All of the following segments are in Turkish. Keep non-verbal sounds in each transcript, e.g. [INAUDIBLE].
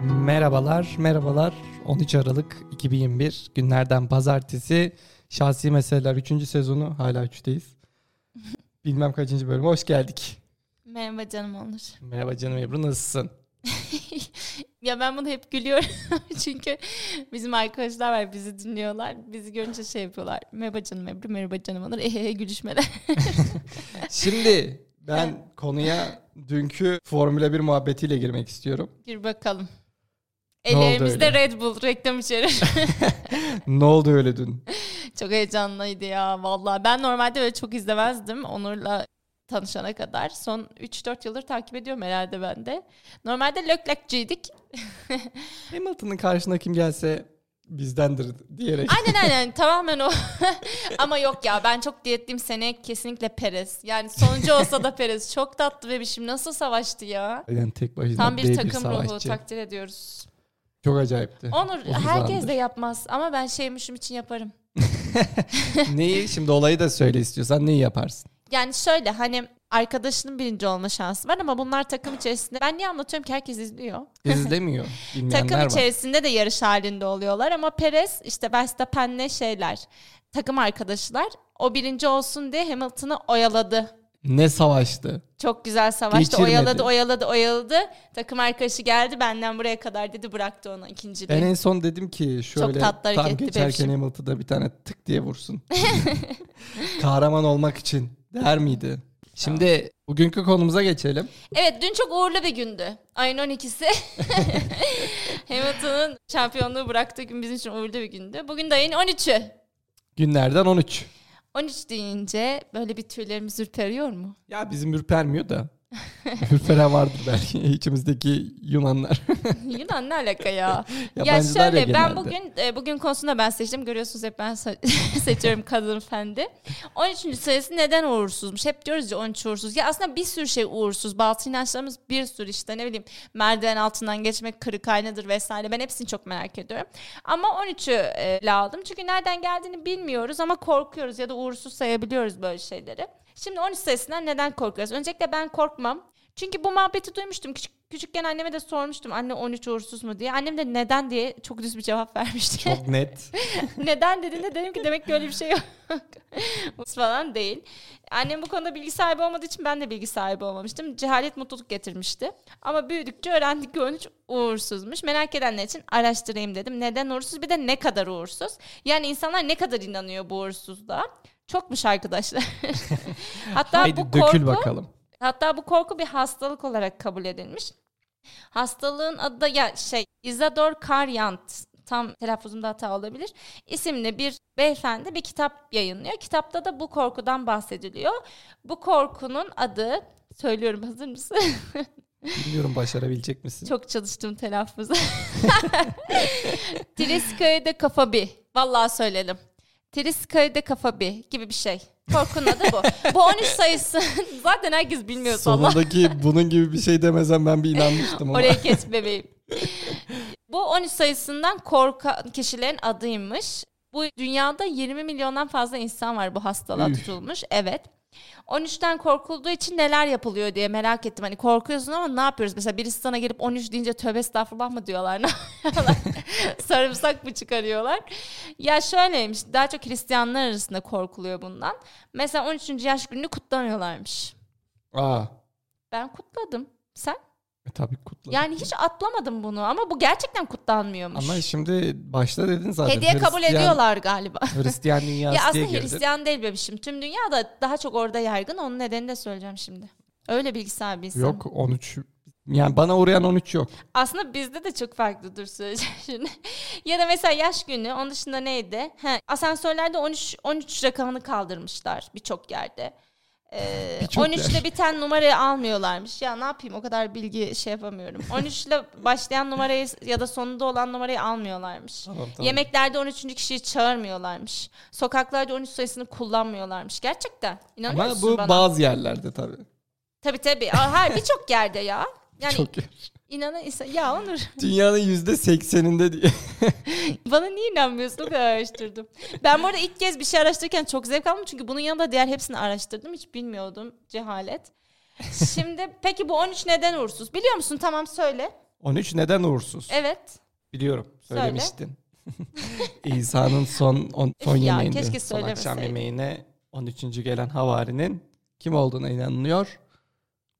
Merhabalar, merhabalar. 13 Aralık 2021 günlerden pazartesi. Şahsi Meseleler 3. sezonu hala 3'teyiz. [LAUGHS] Bilmem kaçıncı bölüme hoş geldik. Merhaba canım Onur. Merhaba canım Ebru nasılsın? Ya ben bunu hep gülüyorum [LAUGHS] çünkü bizim arkadaşlar var bizi dinliyorlar. Bizi görünce şey yapıyorlar. Merhaba canım Ebru, merhaba canım Onur. Ehehe gülüşmeler. Şimdi ben konuya dünkü Formula 1 muhabbetiyle girmek istiyorum. [LAUGHS] Gir bakalım. Ne oldu Ellerimizde öyle? Red Bull reklam içeri. [LAUGHS] Ne oldu öyle dün? çok heyecanlıydı ya vallahi. Ben normalde böyle çok izlemezdim Onur'la tanışana kadar. Son 3-4 yıldır takip ediyorum herhalde ben de. Normalde löklekçiydik. Hamilton'ın karşına kim gelse bizdendir diyerek. Aynen aynen [LAUGHS] tamamen o. Ama yok ya ben çok diyetliyim sene kesinlikle Perez. Yani sonucu olsa da Perez. Çok tatlı bebişim nasıl savaştı ya. Yani tek başına Tam bir dev takım ruhu savaşçı. takdir ediyoruz. Çok acayipti. Onur O herkes hızlandı. de yapmaz ama ben şeymişim için yaparım. Neyi şimdi olayı da söyle istiyorsan neyi yaparsın? Yani şöyle hani arkadaşının birinci olma şansı var ama bunlar takım içerisinde. Ben niye anlatıyorum ki herkes izliyor. [LAUGHS] İzlemiyor bilmeyenler takım var. içerisinde de yarış halinde oluyorlar ama Perez işte Verstappen'le şeyler takım arkadaşlar o birinci olsun diye Hamilton'ı oyaladı. Ne savaştı? Çok güzel savaştı. Geçirmedi. Oyaladı, oyaladı, oyaladı. Takım arkadaşı geldi benden buraya kadar dedi bıraktı onu ikinciliği. Ben en son dedim ki şöyle tatlı hareketli şey. tam geçerken bebişim. Hamilton'da bir tane tık diye [LAUGHS] vursun. Kahraman olmak için der miydi? Şimdi bugünkü konumuza geçelim. Evet dün çok uğurlu bir gündü. [LAUGHS] Ayın 12'si. Hamilton'ın şampiyonluğu bıraktığı gün bizim için uğurlu bir gündü. Bugün de ayın 13'ü. Günlerden 13. 13 deyince böyle bir tüylerimiz ürperiyor mu? [LAUGHS] Ya bizim ürpermiyor da. Ürperen vardır belki içimizdeki Yunanlar. Yılan ne alaka ya? ya [LAUGHS] Yabancılar şöyle ben genelde. bugün e, bugün konusunda ben seçtim. Görüyorsunuz hep ben se- [LAUGHS] seçiyorum kadın fendi. 13. sayısı neden uğursuzmuş? Hep diyoruz ya 13 uğursuz. Ya aslında bir sürü şey uğursuz. Batıl inançlarımız bir sürü işte ne bileyim merdiven altından geçmek kırık aynadır vesaire. Ben hepsini çok merak ediyorum. Ama 13'ü e, ele aldım. Çünkü nereden geldiğini bilmiyoruz ama korkuyoruz ya da uğursuz sayabiliyoruz böyle şeyleri. Şimdi 13 sayısından neden korkuyoruz? Öncelikle ben korkmam. Çünkü bu muhabbeti duymuştum. Küçük, küçükken anneme de sormuştum anne 13 uğursuz mu diye. Annem de neden diye çok düz bir cevap vermişti. Çok net. [LAUGHS] neden dediğinde dedim ki demek ki öyle bir şey yok. [LAUGHS] falan değil. Annem bu konuda bilgi sahibi olmadığı için ben de bilgi sahibi olmamıştım. Cehalet mutluluk getirmişti. Ama büyüdükçe öğrendik ki 13 uğursuzmuş. Merak edenler için araştırayım dedim. Neden uğursuz bir de ne kadar uğursuz. Yani insanlar ne kadar inanıyor bu uğursuzluğa. Çokmuş arkadaşlar. [LAUGHS] Hatta Haydi bu dökül korku bakalım. Hatta bu korku bir hastalık olarak kabul edilmiş. Hastalığın adı da ya şey Isador Karyant tam telaffuzumda hata olabilir. isimli bir beyefendi bir kitap yayınlıyor. Kitapta da bu korkudan bahsediliyor. Bu korkunun adı söylüyorum hazır mısın? [LAUGHS] Bilmiyorum başarabilecek misin? Çok çalıştım [LAUGHS] telaffuza. Triskaide kafabi. Vallahi söyleyelim. Triskaide kafabi gibi bir şey. Korkunun adı bu. bu 13 sayısı. [LAUGHS] Zaten herkes bilmiyor. Allah Sonundaki bunun gibi bir şey demezsen ben bir [LAUGHS] inanmıştım ama. Oraya kes bebeğim. Bu 13 sayısından korkan kişilerin adıymış. Bu dünyada 20 milyondan fazla insan var bu hastalığa Üf. tutulmuş. Evet. 13'ten korkulduğu için neler yapılıyor diye merak ettim. Hani korkuyorsun ama ne yapıyoruz? Mesela birisi sana gelip 13 deyince tövbe estağfurullah mı diyorlar? [LAUGHS] Ne yapıyorlar? Sarımsak mı çıkarıyorlar? Ya şöyleymiş. Daha çok Hristiyanlar arasında korkuluyor bundan. Mesela 13. yaş gününü kutlamıyorlarmış. Aa, Ben kutladım. Sen? e tabii kutladım. Yani hiç atlamadım bunu ama bu gerçekten kutlanmıyormuş. Ama şimdi başta dedin zaten. Hediye kabul Hristiyan- [LAUGHS] ediyorlar galiba. Hristiyan dünyası ya diye aslında girdi. Hristiyan değil bebişim. Tüm dünyada daha çok orada yaygın. Onun nedenini de söyleyeceğim şimdi. Öyle bilgi sahibi insan. Yok 13. Yani bana uğrayan 13 yok. Aslında bizde de çok farklı dur söyleyeceğim [LAUGHS] şimdi. ya da mesela yaş günü onun dışında neydi? He, asansörlerde 13 13 rakamını kaldırmışlar birçok yerde. Ee, [LAUGHS] Birçok 13 ile biten numarayı almıyorlarmış. Ya ne yapayım o kadar bilgi şey yapamıyorum. 13 ile başlayan numarayı ya da sonunda olan numarayı almıyorlarmış. Tamam, tamam. Yemeklerde 13. kişiyi çağırmıyorlarmış. Sokaklarda 13 sayısını kullanmıyorlarmış. Gerçekten. İnanıyor Ama musun bu bana? bazı yerlerde tabii. tabii tabii. Aa, Her birçok yerde ya. Yani Çok inanan insan. Ya Onur. [LAUGHS] Dünyanın yüzde sekseninde [LAUGHS] diye. Bana niye inanmıyorsun? O kadar araştırdım. Ben bu arada ilk kez bir şey araştırırken çok zevk aldım. Çünkü bunun yanında diğer hepsini araştırdım. Hiç bilmiyordum. Cehalet. Şimdi peki bu 13 neden uğursuz? Biliyor musun? Tamam söyle. 13 neden uğursuz? Evet. Biliyorum. Söyle. Söylemiştin. [LAUGHS] İsa'nın son on, son Üf ya, yemeğinde, keşke son akşam söylemeseydim. yemeğine 13. gelen havarinin kim olduğuna inanılıyor.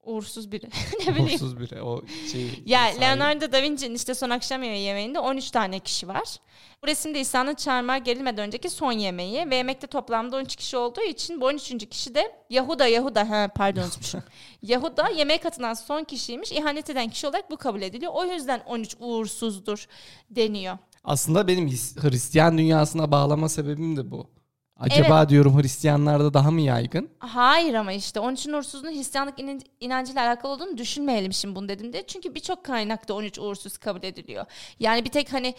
Uğursuz biri. [LAUGHS] ne bileyim. Uğursuz biri. O şey, Ya İsa'yı- Leonardo da Vinci'nin işte son akşam yemeği yemeğinde 13 tane kişi var. Bu resimde İsa'nın çarmıha gerilmeden önceki son yemeği ve yemekte toplamda 13 kişi olduğu için bu 13. kişi de Yahuda Yahuda ha pardon unutmuşum. Yahuda yemeğe katılan son kişiymiş. İhanet eden kişi olarak bu kabul ediliyor. O yüzden 13 uğursuzdur deniyor. Aslında benim his- Hristiyan dünyasına bağlama sebebim de bu. Acaba diyorum Hristiyanlarda daha mı yaygın? Hayır ama işte 13 uğursuzluğun Hristiyanlık inan- inancıyla alakalı olduğunu düşünmeyelim şimdi bunu dedim de. Çünkü birçok kaynakta 13 uğursuz kabul ediliyor. Yani bir tek hani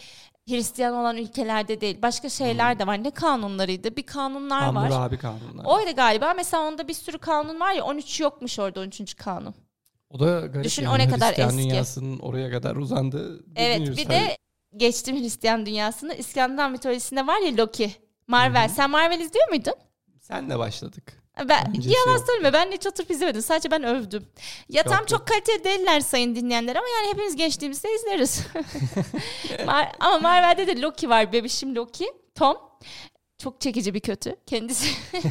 Hristiyan olan ülkelerde değil. Başka şeyler de var. Ne kanunlarıydı? Bir kanunlar var. Hammurabi kanunları. O, Oydu galiba. Mesela onda bir sürü kanun var ya 13 yokmuş orada 13. kanun. da garip Düşün, yani. hani o ne kadar Hristiyan eski. dünyasının oraya kadar uzandığı. Evet bilmiyoruz bir tabii. de geçtim Hristiyan dünyasını. İskandinav mitolojisinde var ya Loki. Marvel. Sen Marvel izliyor muydun? Senle başladık. [LAUGHS] Ben Öncesi yalan yok. söyleme ben hiç oturup izlemedim. Sadece ben övdüm. Ya Yok, tam yok. çok kaliteli değiller sayın dinleyenler ama yani hepimiz gençliğimizde [LAUGHS] izleriz. Mar- ama Marvel'de de Loki var. Bebişim Loki. Tom. Çok çekici bir kötü kendisi. [LAUGHS]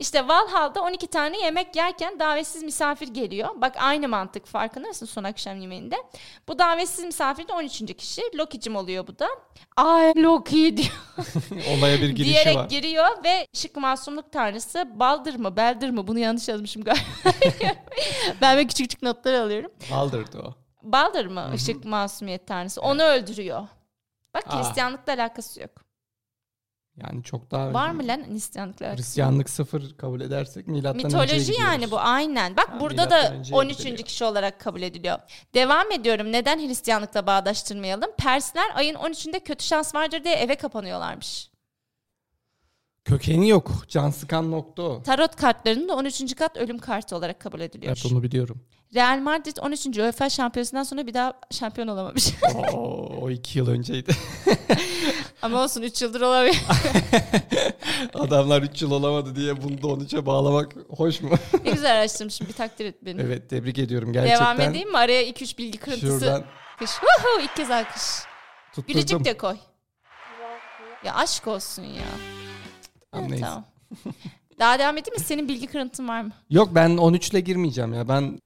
işte Valhall'da 12 tane yemek yerken davetsiz misafir geliyor. Bak aynı mantık farkında mısın son akşam yemeğinde? Bu davetsiz misafir de 13. kişi. Loki'cim oluyor bu da. Ay Loki diyor Olaya bir girişi diyerek var. giriyor ve şık masumluk tanrısı Baldır mı Beldir mi bunu yanlış yazmışım galiba. [LAUGHS] ben böyle küçük küçük notlar alıyorum. Baldır'dı o. Baldır mı ışık masumiyet tanrısı onu öldürüyor. Bak Aa. Hristiyanlıkla alakası yok. Yani çok daha Var mı lan Hristiyanlıkla alakası? Hristiyanlık sıfır kabul edersek milattan önceye Mitoloji gidiyoruz. yani bu aynen. Bak Ha, burada milattan da önceye 13. gidiliyor. kişi olarak kabul ediliyor. Devam ediyorum. Neden Hristiyanlıkla bağdaştırmayalım? Persler ayın 13'ünde kötü şans vardır diye eve kapanıyorlarmış. Kökeni yok. Can sıkan nokta o. Tarot kartlarının da 13. kat ölüm kartı olarak kabul ediliyor. Evet onu biliyorum. Real Madrid 13. UEFA şampiyonasından sonra bir daha şampiyon olamamış. Oo, o iki yıl önceydi. [LAUGHS] [LAUGHS] Ama olsun 3 yıldır olamıyor. Adamlar 3 yıl olamadı diye bunu da 13'e bağlamak hoş mu? [LAUGHS] ne güzel araştırmışım bir takdir et beni. evet tebrik ediyorum gerçekten. Devam edeyim mi? Araya 2-3 bilgi kırıntısı. Şuradan Kış. Woohoo, ilk kez alkış. tutturdum. Gülücük de koy. Ya aşk olsun ya. Tamam, Evet, neyse. tamam. Daha devam edeyim mi? Senin bilgi kırıntın var mı? Yok ben 13'le girmeyeceğim ya. Ben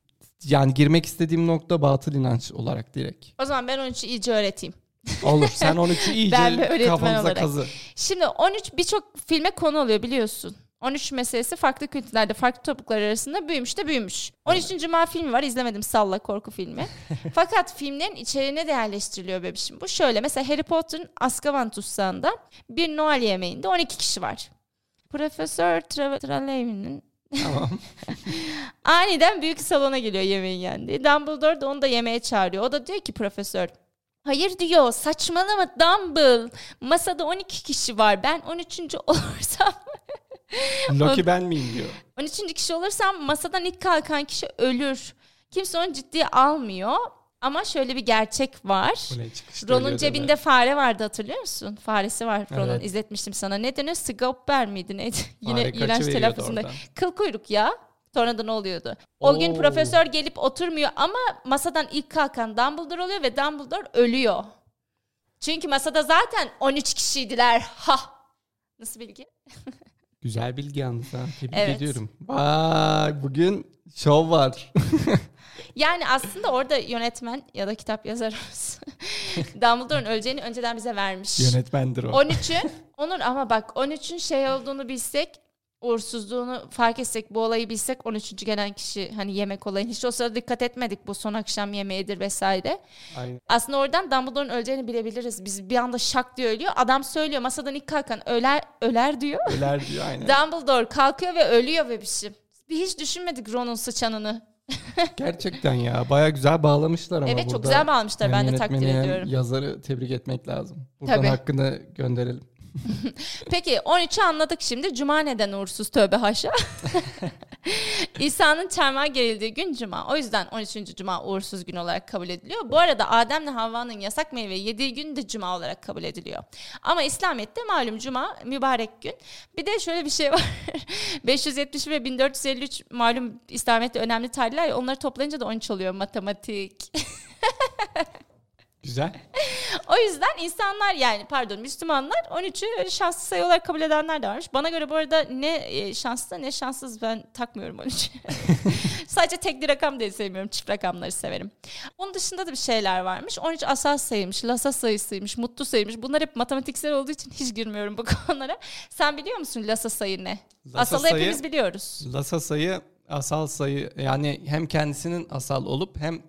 yani girmek istediğim nokta batıl inanç olarak direkt. O zaman ben 13'ü iyice öğreteyim. Olur sen [LAUGHS] 13'ü Ben bir iyice öğretmen kafanıza olarak. kazı. Şimdi 13 birçok filme konu oluyor biliyorsun. 13 meselesi farklı kültürlerde, farklı topluluklar arasında büyümüş de büyümüş. 13. Cuma filmi var, izlemedim Salla korku filmi. Fakat filmlerin içeriğine değerleştiriliyor bebişim. Bu şöyle, mesela Harry Potter'ın Azkaban tutsağında bir Noel yemeğinde 12 kişi var. Profesör Tra- Trelawney'nin Tamam. [LAUGHS] Aniden büyük salona geliyor yemeğin yendiği. Dumbledore da onu da yemeğe çağırıyor. O da diyor ki profesör Hayır diyor saçmalama Dumble. Masada 12 kişi var. Ben 13. [LAUGHS] olursam Loki ben miyim diyor. 13. kişi olursam masadan ilk kalkan kişi ölür. Kimse onu ciddiye almıyor. Ama şöyle bir gerçek var. Bu ne çıkışta Ron'un öyle deme. cebinde fare vardı hatırlıyor musun? Faresi var Ron'un. Evet. İzletmiştim sana. Ne deniyor? Scoper miydi neydi? [LAUGHS] Yine Fare iğrenç kaçıveriyordu telaffuzunda. oradan. Kıl kuyruk ya. Sonra da ne oluyordu? O gün Oo. profesör gelip oturmuyor ama masadan ilk kalkan Dumbledore oluyor ve Dumbledore ölüyor. Çünkü masada zaten 13 kişiydiler. [LAUGHS] Ha! Nasıl bilgi? Güzel bilgi yalnız ha. Tebrik Evet. ediyorum. Vay bugün şov var. Yani aslında orada yönetmen ya da kitap yazarımız [LAUGHS] Dumbledore'un öleceğini önceden bize vermiş. Yönetmendir o. 13'ü Onur ama bak 13'ün şey olduğunu bilsek uğursuzluğunu fark etsek bu olayı bilsek 13. gelen kişi hani yemek olayını hiç o sırada dikkat etmedik bu son akşam yemeğidir vesaire. Aynen. Aslında oradan Dumbledore'un öleceğini bilebiliriz. Biz bir anda şak diye ölüyor. Adam söylüyor masadan ilk kalkan öler öler diyor. Öler diyor aynen. Dumbledore kalkıyor ve ölüyor bebişim. Bir hiç düşünmedik Ron'un sıçanını. Gerçekten ya baya güzel bağlamışlar ama evet burada. çok güzel bağlamışlar. Hem ben de takdir yönetmeni hem ediyorum. Yazarı tebrik etmek lazım. Buradan Tabii. hakkını gönderelim. Peki 13'ü anladık şimdi. Cuma neden uğursuz tövbe haşa? [LAUGHS] İsa'nın çarmıha gerildiği gün cuma. O yüzden 13. cuma uğursuz gün olarak kabul ediliyor. Bu arada Adem'le Havva'nın yasak meyve yediği gün de cuma olarak kabul ediliyor. Ama İslamiyet'te malum cuma mübarek gün. Bir de şöyle bir şey var. [LAUGHS] 570 ve 1453 malum İslamiyet'te önemli tarihler ya onları toplayınca da 13 oluyor matematik. Güzel. O yüzden insanlar yani pardon Müslümanlar 13'ü öyle şanslı sayı olarak kabul edenler de varmış. Bana göre bu arada ne e, şanslı ne şanssız ben [LAUGHS] takmıyorum 13. Sadece tekli rakam değil sevmiyorum. Çift rakamları severim. Onun dışında da bir şeyler varmış. 13 asas sayıymış, lasa sayısıymış, mutlu sayıymış. Bunlar hep matematiksel olduğu için hiç girmiyorum bu [LAUGHS] konulara. Sen biliyor musun lasa sayı ne? Lhasa Asalı sayı- hepimiz biliyoruz. Lasa sayı asal sayı yani hem kendisinin asal olup hem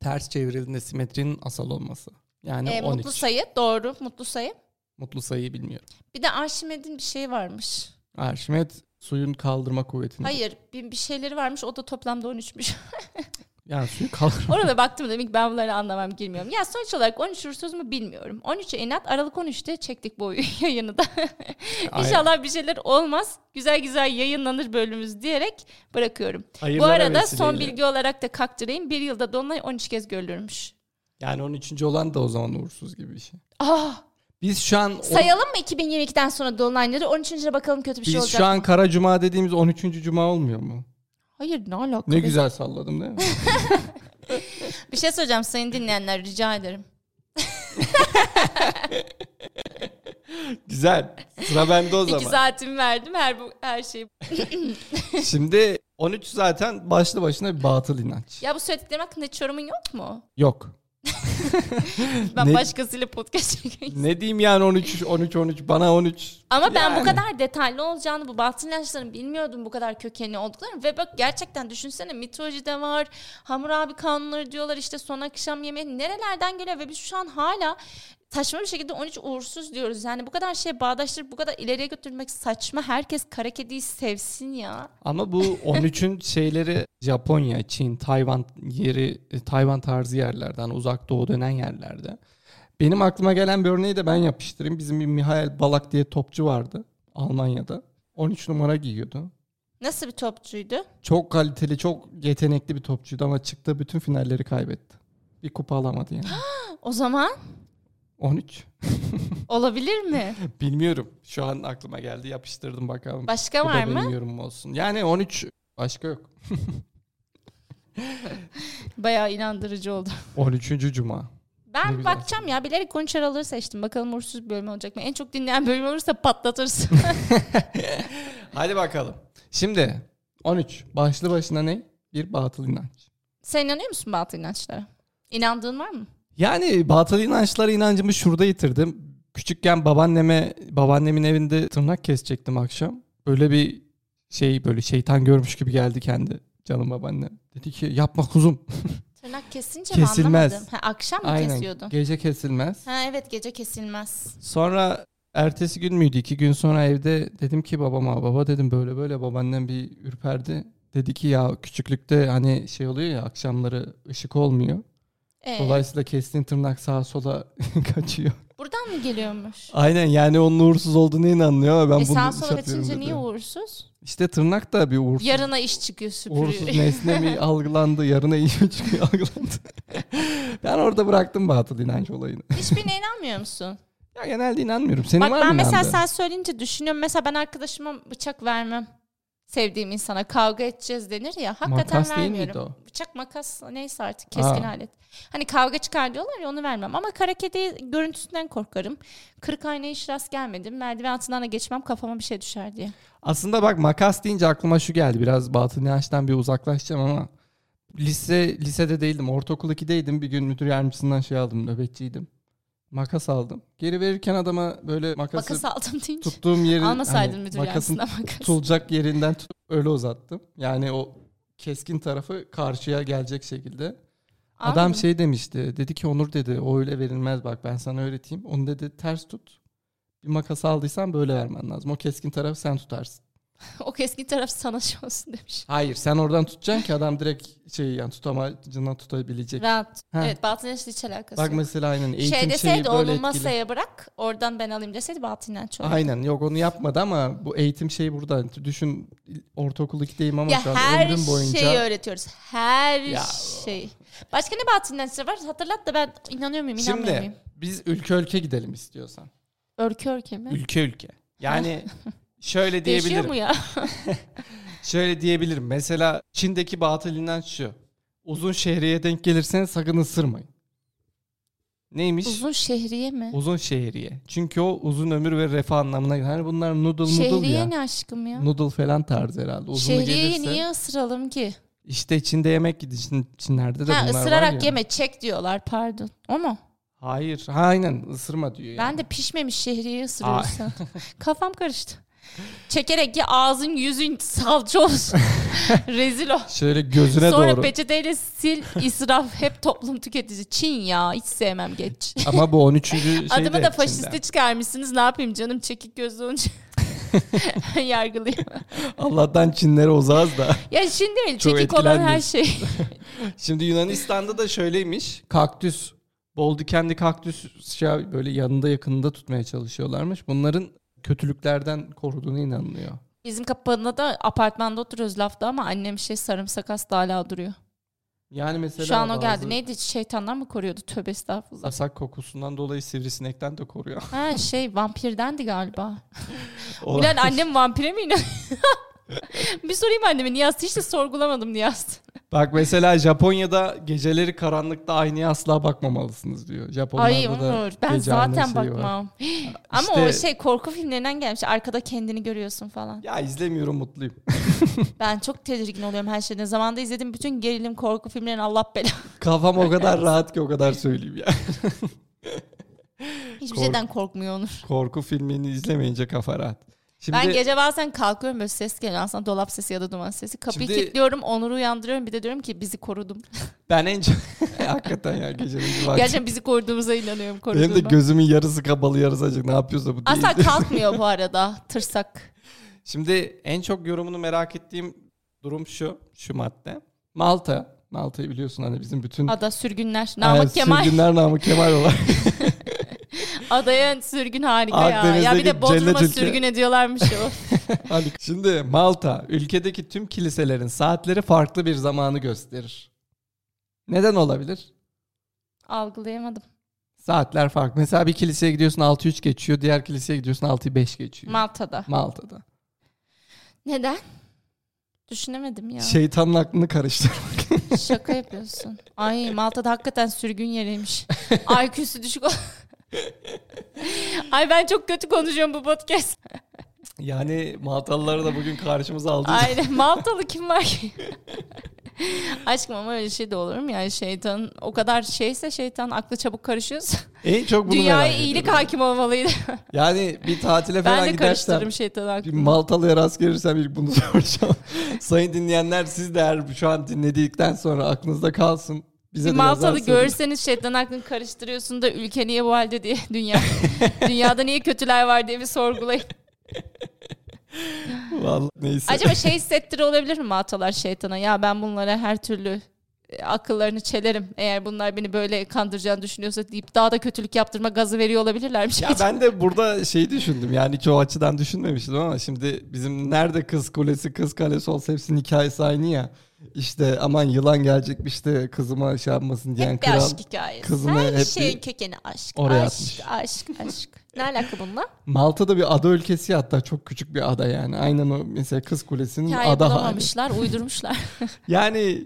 ters çevrildiğinde simetrinin asal olması. Yani E, 13. mutlu sayı doğru mutlu sayı. Mutlu sayıyı bilmiyorum. Bir de Arşimed'in bir şeyi varmış. Arşimet suyun kaldırma kuvvetini. Hayır bir, bir şeyleri varmış o da toplamda 13'müş. Yani suyu kaldırma. Orada baktım dedim ki ben bunları anlamam girmiyorum. Ya sonuç olarak 13 uğursuz mu bilmiyorum. 13'e inat Aralık 13'te çektik bu oyun- [LAUGHS] yayını da. İnşallah bir şeyler olmaz. Güzel güzel yayınlanır bölümümüz diyerek bırakıyorum. bu Hayırlara arada son vesileyle. bilgi olarak da kaktırayım. Bir yılda dolunay 13 kez görülürmüş. Yani 13. olan da o zaman uğursuz gibi bir şey. Aa, Biz şu an o- Ah, sayalım mı 2022'den sonra dolunayları? 13. bakalım kötü bir biz şey olacak. şu mı? an Kara Cuma dediğimiz 13. Cuma olmuyor mu? Hayır ne alaka? Ne güzel salladım değil mi? Bir şey söyleyeceğim sayın dinleyenler rica ederim. [LAUGHS] güzel. Sıra bende o İki zaman. saatimi verdim her bu her şey. şeyi. Şimdi 13 zaten başlı başına bir batıl inanç. Ya bu söylediklerim hakkında hiç yorumun yok mu? Yok. Ben Ne- başkasıyla podcast çekeyim. Ne diyeyim yani 13 13 13 bana 13. Ama ben bu Yani. kadar detaylı olacağını, bu batıl inançların bilmiyordum bu kadar kökenli olduklarını. Ve bak gerçekten düşünsene mitolojide var, Hammurabi kanunları diyorlar işte son akşam yemeği nerelerden geliyor ve biz şu an hala saçma bir şekilde 13 uğursuz diyoruz. Yani bu kadar şey bağdaştırıp bu kadar ileriye götürmek saçma. Herkes kara kediyi sevsin ya. Ama bu 13'ün şeyleri Japonya, Çin, Tayvan yeri, e, Tayvan tarzı yerlerden, uzak doğu dönen yerlerde. Benim aklıma gelen bir örneği de ben yapıştırayım. Bizim bir Mihail Balak diye topçu vardı Almanya'da. 13 numara giyiyordu. Nasıl bir topçuydu? Çok kaliteli, çok yetenekli bir topçuydu ama çıktı bütün finalleri kaybetti. Bir kupa alamadı yani. [GASPS] O zaman 13. olabilir mi? Bilmiyorum. Şu an aklıma geldi. Yapıştırdım bakalım. Başka Bu var da benim mı? yorumum olsun. Yani 13 başka yok. Bayağı inandırıcı oldu. 13. Cuma. Ne Ben güzel. bakacağım ya bilerek konu çaraları seçtim. Bakalım uğursuz bir bölüm olacak mı? En çok dinleyen bölüm olursa [LAUGHS] patlatırsın. [LAUGHS] Hadi bakalım. Şimdi 13 başlı başına ne? Bir batıl inanç. Sen inanıyor musun batıl inançlara? İnandığın var mı? Yani batıl inançlara inancımı şurada yitirdim. Küçükken babaanneme babaannemin evinde tırnak kesecektim akşam. Böyle bir şey böyle şeytan görmüş gibi geldi kendi canım babaannem. Dedi ki yapma kuzum. Tırnak kesince Kesilmez. mi anlamadım? Ha, akşam mı Aynen. kesiyordun? Gece kesilmez. Ha evet gece kesilmez. Sonra ertesi gün müydü? iki gün sonra evde dedim ki babama baba dedim böyle böyle babaannem bir ürperdi. Dedi ki ya küçüklükte hani şey oluyor ya akşamları ışık olmuyor. Ee, Dolayısıyla kestiğin tırnak sağa sola [LAUGHS] kaçıyor. Buradan mı geliyormuş? Aynen yani onun uğursuz olduğunu inanıyor ama ben e bunu sağ sola satıyorum kaçınca dedi. niye uğursuz? İşte tırnak da bir uğursuz. Yarına iş çıkıyor süpürüyor. [LAUGHS] Uğursuz nesne mi algılandı, yarına iyi mi çıkıyor algılandı. [LAUGHS] ben orada bıraktım batıl inanç olayını. Hiçbirine inanmıyor musun? Ya genelde inanmıyorum. Senin Bak var mı ben mesela inandığın? sen söyleyince düşünüyorum. Mesela ben arkadaşıma bıçak vermem. Sevdiğim insana kavga edeceğiz denir ya. Hakikaten Makas değil miydi vermiyorum. o? bıçak makas neyse artık keskin Aa. alet. Hani kavga çıkar diyorlar ya onu vermem. Ama kara kedi görüntüsünden korkarım. Kırık aynaya hiç rast gelmedim. Merdiven altından da geçmem kafama bir şey düşer diye. Aslında bak makas deyince aklıma şu geldi. Biraz batıl inançtan bir uzaklaşacağım ama lise lisede değildim. Ortaokul 2'deydim. Bir gün müdür yardımcısından şey aldım. Nöbetçiydim. Makas aldım. Geri verirken adama böyle makası Makas aldım deyince. tuttuğum yeri Almasaydın hani müdür makasın yardımcısına makas. tutulacak yerinden tutup öyle uzattım. Yani o keskin tarafı karşıya gelecek şekilde. Anladın Adam mı? şey demişti. Dedi ki Onur dedi o öyle verilmez bak ben sana öğreteyim. Onu dedi ters tut. Bir makas aldıysan böyle vermen lazım. O keskin tarafı sen tutarsın. [LAUGHS] o keskin taraf sana şey olsun demiş. Hayır sen oradan tutacaksın ki adam direkt şey yani tutamacından tutabilecek. Rahat. Ha. Evet batınençle hiç alakası Bak yok. mesela aynen eğitim Şey şeyi deseydi böyle onu etkili. masaya bırak oradan ben alayım deseydi batinen çok. Aynen yok onu yapmadı ama bu eğitim şeyi burada. Düşün ortaokul 2'deyim ama Ya şu an her ömrüm boyunca. şeyi öğretiyoruz. Her Ya. şey. Başka ne batınençle var? Hatırlat da ben inanıyor muyum inanmıyor Şimdi muyum? biz ülke ülke gidelim istiyorsan. Örke örke mi? Ülke ülke. [LAUGHS] Yani şöyle Değişiyor diyebilirim. mu [LAUGHS] ya? Şöyle diyebilirim. Mesela Çin'deki batılinden şu. Uzun şehriye denk gelirseniz sakın ısırmayın. Neymiş? Uzun şehriye mi? Uzun şehriye. Çünkü o uzun ömür ve refah anlamına gelir. Hani bunlar noodle noodle şehriye ya. ne aşkım ya? Noodle falan tarzı herhalde. Uzunu Şehriyeyi gelirse. niye ısıralım ki? İşte Çin'de yemek gidin. Çin- Çinlerde de Ha bunlar var ısırarak ya. yeme çek diyorlar pardon. O mu? Hayır. Ha, aynen ısırma diyor yani. Ben de pişmemiş şehriyeyi ısırıyorsa. [LAUGHS] Kafam karıştı. Çekerek ya ağzın yüzün salça [LAUGHS] olsun. Rezil ol. Şöyle gözüne Sonra doğru. peçeteyle sil israf hep toplum tüketici. Çin ya hiç sevmem geç. Ama bu 13. şey [LAUGHS] Adımı de da Çin'den. faşisti çıkarmışsınız ne yapayım canım çekik [LAUGHS] gözlü olunca. Yargılıyım. Allah'tan Çinlere uzağız da. Ya Çin değil Çok çekik olan her etkilenmiyorsun. şey. [LAUGHS] Şimdi Yunanistan'da da şöyleymiş. Kaktüs, bol dikenli kaktüs şey böyle yanında yakınında tutmaya çalışıyorlarmış. Bunların kötülüklerden koruduğuna inanılıyor. Bizim kapıda da apartmanda oturuyoruz lafta ama annem şey sarımsak hasta hala duruyor. Yani mesela Şu an o bazı geldi. Neydi? Şeytandan mı koruyordu? Tövbe estağfurullah. Asak kokusundan dolayı sivrisinekten de [LAUGHS] koruyor. Ha şey vampirdendi galiba. Olan- Ulan annem vampire mi inan? [LAUGHS] bir sorayım anneme niye astı? Hiç de sorgulamadım niye astı. Bak mesela Japonya'da geceleri karanlıkta aynaya asla bakmamalısınız diyor. Japonlarda Ay da Onur ben gece zaten aynı şeyi var. bakmam. [GASPS] Ama o İşte- şey korku filmlerinden gelmiş. Arkada kendini görüyorsun falan. Ya izlemiyorum mutluyum. [LAUGHS] Ben çok tedirgin oluyorum her şeyden. Zamanında izlediğim bütün gerilim korku filmlerini Allah bela. [LAUGHS] Kafam o kadar rahat ki o kadar söyleyeyim ya. Hiçbir Kork- şeyden korkmuyor Onur. Korku filmini izlemeyince kafa rahat. Şimdi Ben gece bazen kalkıyorum böyle ses geliyor aslında dolap sesi ya da duman sesi. Kapıyı Şimdi- kilitliyorum Onur'u uyandırıyorum bir de diyorum ki bizi korudum. ben en çok [LAUGHS] hakikaten ya geceleri var. Gerçekten bizi koruduğumuza inanıyorum Benim de koruduğuma. gözümün yarısı kapalı yarısı açık. Ne yapıyorsa bu değil. [LAUGHS] Asla kalkmıyor bu arada tırsak. Şimdi en çok yorumunu merak ettiğim durum şu. Şu madde. Malta. Malta'yı biliyorsun hani bizim bütün Ada sürgünler. Aynen, Namık Kemal sürgünler Namık Kemal [LAUGHS] olarak. [LAUGHS] adaya sürgün harika ya. Ya Akdeniz'deki bir de Bodrum'a cennet ülke. sürgün ediyorlarmış o. Hadi. Hani Şimdi Malta ülkedeki tüm kiliselerin saatleri farklı bir zamanı gösterir. Neden olabilir? [LAUGHS] Algılayamadım. Saatler farklı. Mesela bir kiliseye gidiyorsun 6-3 geçiyor. Diğer kiliseye gidiyorsun 6-5 geçiyor. Malta'da. Malta'da. Neden? Düşünemedim ya. Şeytanın aklını karıştırmak. [LAUGHS] Şaka yapıyorsun. Ay Malta'da hakikaten sürgün [LAUGHS] yeriymiş. IQ'su düşük ol- [LAUGHS] Ay ben çok kötü konuşuyorum bu podcast. yani Maltalıları da bugün karşımıza aldık. Aynen Maltalı kim var ki? [LAUGHS] Aşkım ama öyle şey de olur mu? Yani şeytan o kadar şeyse şeytan aklı çabuk karışıyorsa En çok bunu dünyaya merak iyilik ediyorum. [LAUGHS] hakim olmalıydı. Yani bir tatile falan Ben de gidersem karıştırırım şeytanı bir aklımı. Maltalı'ya rast gelirsem ilk bunu [LAUGHS] soracağım. Sayın dinleyenler siz de eğer şu an dinledikten sonra aklınızda kalsın. Bize Bir de Maltalı yazarsanız. görseniz şeytan aklını karıştırıyorsun da ülke niye bu halde diye [LAUGHS] dünya. Dünyada niye kötüler var diye bir sorgulayın. [LAUGHS] Vallahi neyse. Acaba şey hissettiriyor olabilir mi Maltalar şeytana? Ya ben bunlara her türlü e, akıllarını çelerim. Eğer bunlar beni böyle kandıracağını düşünüyorsa deyip daha da kötülük yaptırma gazı veriyor olabilirlermiş. Ya ben de burada şey düşündüm yani hiç o açıdan düşünmemiştim ama şimdi bizim nerede kız kulesi kız kalesi olsa hepsinin hikayesi aynı ya. İşte aman yılan gelecekmiş de kızıma şey yapmasın diyen Hep bir kral aşk hikayesi. kızına Her hep bir- şeyin kökeni aşk. oraya aşk, atmış. aşk, aşk. Ne [LAUGHS] alaka bununla? Malta'da bir ada ülkesi ya, hatta çok küçük bir ada yani. Aynen o mesela kız kulesinin Hikaye ada hali. bulamamışlar, uydurmuşlar. [LAUGHS] Yani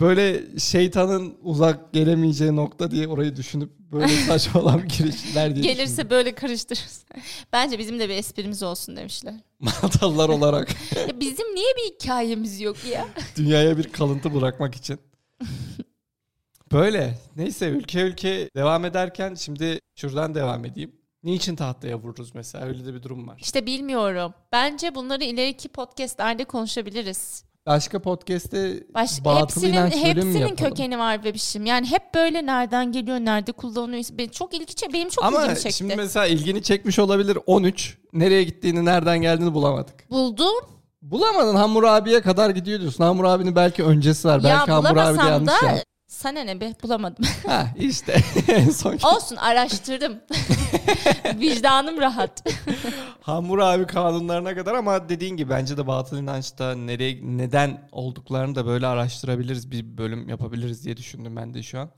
böyle şeytanın uzak gelemeyeceği nokta diye orayı düşünüp [LAUGHS] böyle saçmalam girişler diye düşündüm. Gelirse böyle karıştırırız. Bence bizim de bir esprimiz olsun demişler. Maltalılar [LAUGHS] olarak Ya E, bizim niye bir hikayemiz yok ya? Dünyaya bir kalıntı bırakmak için. Böyle. Neyse ülke ülke devam ederken şimdi şuradan devam edeyim. Niçin tahtaya vururuz mesela? Öyle de bir durum var. [LAUGHS] İşte bilmiyorum. Bence bunları ileriki podcastlerde konuşabiliriz. Başka podcast'te Baş, batıl hepsinin inanç bölümü hepsinin yapalım. kökeni var bebişim. Yani hep böyle nereden geliyor, nerede kullanılıyor. Ben çok ilgi çe- benim çok Ama ilgimi çekti. şimdi mesela ilgini çekmiş olabilir 13. Nereye gittiğini, nereden geldiğini bulamadık. Buldum. Bulamadın Hammurabi'ye kadar gidiyor diyorsun. Hammurabi'nin belki öncesi var. ya belki Hammurabi de bulamasam yanlış da yaptı. sana ne be bulamadım. [LAUGHS] Ha işte [LAUGHS] en son Olsun araştırdım. [LAUGHS] Vicdanım rahat. Hammurabi kanunlarına kadar ama dediğin gibi bence de batıl inançta nereye neden olduklarını da böyle araştırabiliriz. Bir bölüm yapabiliriz diye düşündüm ben de şu an.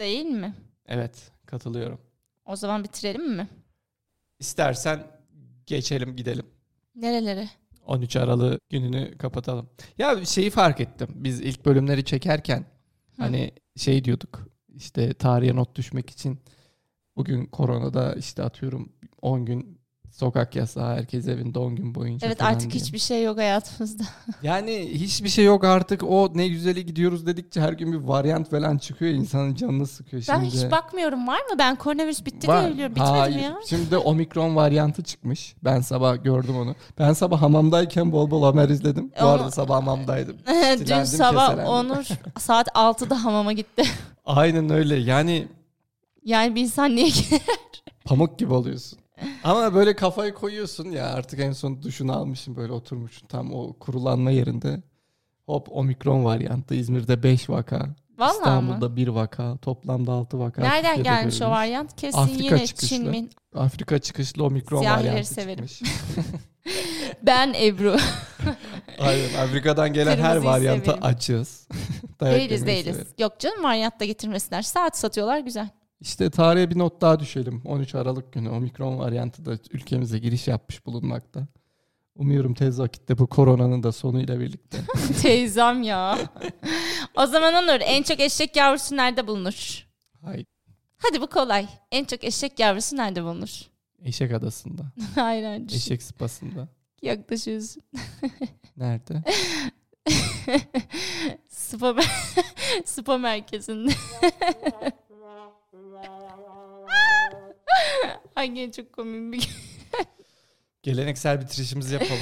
Değil mi? Evet katılıyorum. O zaman bitirelim mi? İstersen geçelim gidelim. Nerelere? 13 Aralık gününü kapatalım. Ya şeyi fark ettim. Biz ilk bölümleri çekerken hani şey diyorduk. İşte tarihe not düşmek için bugün koronada işte atıyorum 10 gün sokak yasağı herkes evinde 10 gün boyunca. Evet falan artık diye. hiçbir şey yok hayatımızda. [LAUGHS] Yani hiçbir şey yok artık. O ne güzeli gidiyoruz dedikçe her gün bir varyant falan çıkıyor. insanın canını sıkıyor Ben şimdi. hiç bakmıyorum var mı? Ben koronavirüs bitti Var. diye biliyorum. Bitmedi Hayır. mi ya? Şimdi de omikron varyantı çıkmış. Ben sabah gördüm onu. Ben sabah hamamdayken bol bol haber izledim. Bu Ama- arada sabah hamamdaydım. Dün Dilendim, sabah keselendim. Onur saat 6'da hamama gitti. [LAUGHS] Aynen öyle. Yani Yani bir insan niye ki? [LAUGHS] pamuk gibi oluyorsun. Ama böyle kafayı koyuyorsun ya artık en son duşunu almışsın böyle oturmuşsun tam o kurulanma yerinde. Hop omikron varyantı İzmir'de 5 vaka. Vallahi mı? İstanbul'da 1 vaka. Toplamda 6 vaka. Nereden Türkiye'de gelmiş o görülmüş. varyant? Kesin Afrika yine çıkışlı. Çin mi? Afrika çıkışlı omikron Siyahileri varyantı severim. çıkmış. [LAUGHS] Ben Ebru. Aynen Afrika'dan gelen her Kırmızıyı varyanta severim. açığız. [LAUGHS] Dayak değiliz yemeyi değiliz. severim. Yok canım varyant da getirmesinler. Saat satıyorlar güzel. [LAUGHS] İşte tarihe bir not daha düşelim. 13 Aralık günü omikron varyantı da ülkemize giriş yapmış bulunmakta. Umuyorum tez vakitte bu koronanın da sonuyla birlikte. Teyzem ya. o zaman Onur en çok eşek yavrusu nerede bulunur? Haydi. Hadi bu kolay. En çok eşek yavrusu nerede bulunur? [LAUGHS] Eşek Adası'nda. Aynen. düşün. Eşek Spası'nda. Yaklaşıyorsun. Nerede? Spa, [LAUGHS] spa merkezinde. [LAUGHS] Ay gene çok komik bir Geleneksel bitirişimizi yapalım.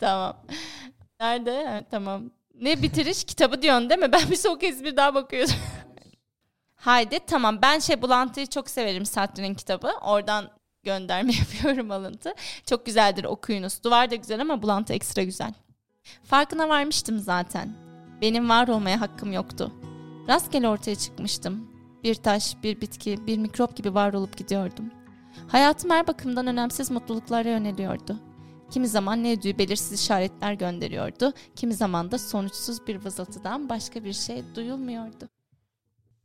Tamam. Nerede? Ha, tamam. Ne bitiriş [LAUGHS] kitabı diyorsun değil mi? Ben bir soğuk bir daha bakıyorum. [LAUGHS] Haydi tamam. Ben şey Bulantıyı çok severim Sartre'nin kitabı. Oradan gönderme [LAUGHS] yapıyorum alıntı. Çok güzeldir okuyunuz. Duvar da güzel ama Bulantı ekstra güzel. Farkına varmıştım zaten. Benim var olmaya hakkım yoktu. Rastgele ortaya çıkmıştım. Bir taş, bir bitki, bir mikrop gibi var olup gidiyordum. Hayatım her bakımdan önemsiz mutluluklara yöneliyordu. Kimi zaman ne ödüğü belirsiz işaretler gönderiyordu. Kimi zaman da sonuçsuz bir vızıltıdan başka bir şey duyulmuyordu.